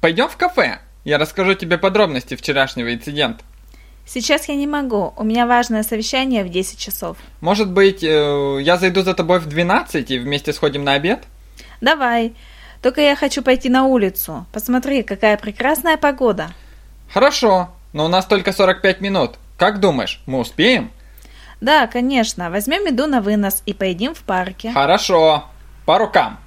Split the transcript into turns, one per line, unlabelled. Пойдем в кафе. Я расскажу тебе подробности вчерашнего инцидента.
Сейчас я не могу, у меня важное совещание в 10 часов.
Может быть, э, я зайду за тобой в 12 и вместе сходим на обед?
Давай, только я хочу пойти на улицу. Посмотри, какая прекрасная погода.
Хорошо, но у нас только 45 минут. Как думаешь, мы успеем?
Да, конечно, возьмем еду на вынос и поедим в парке.
Хорошо. По рукам.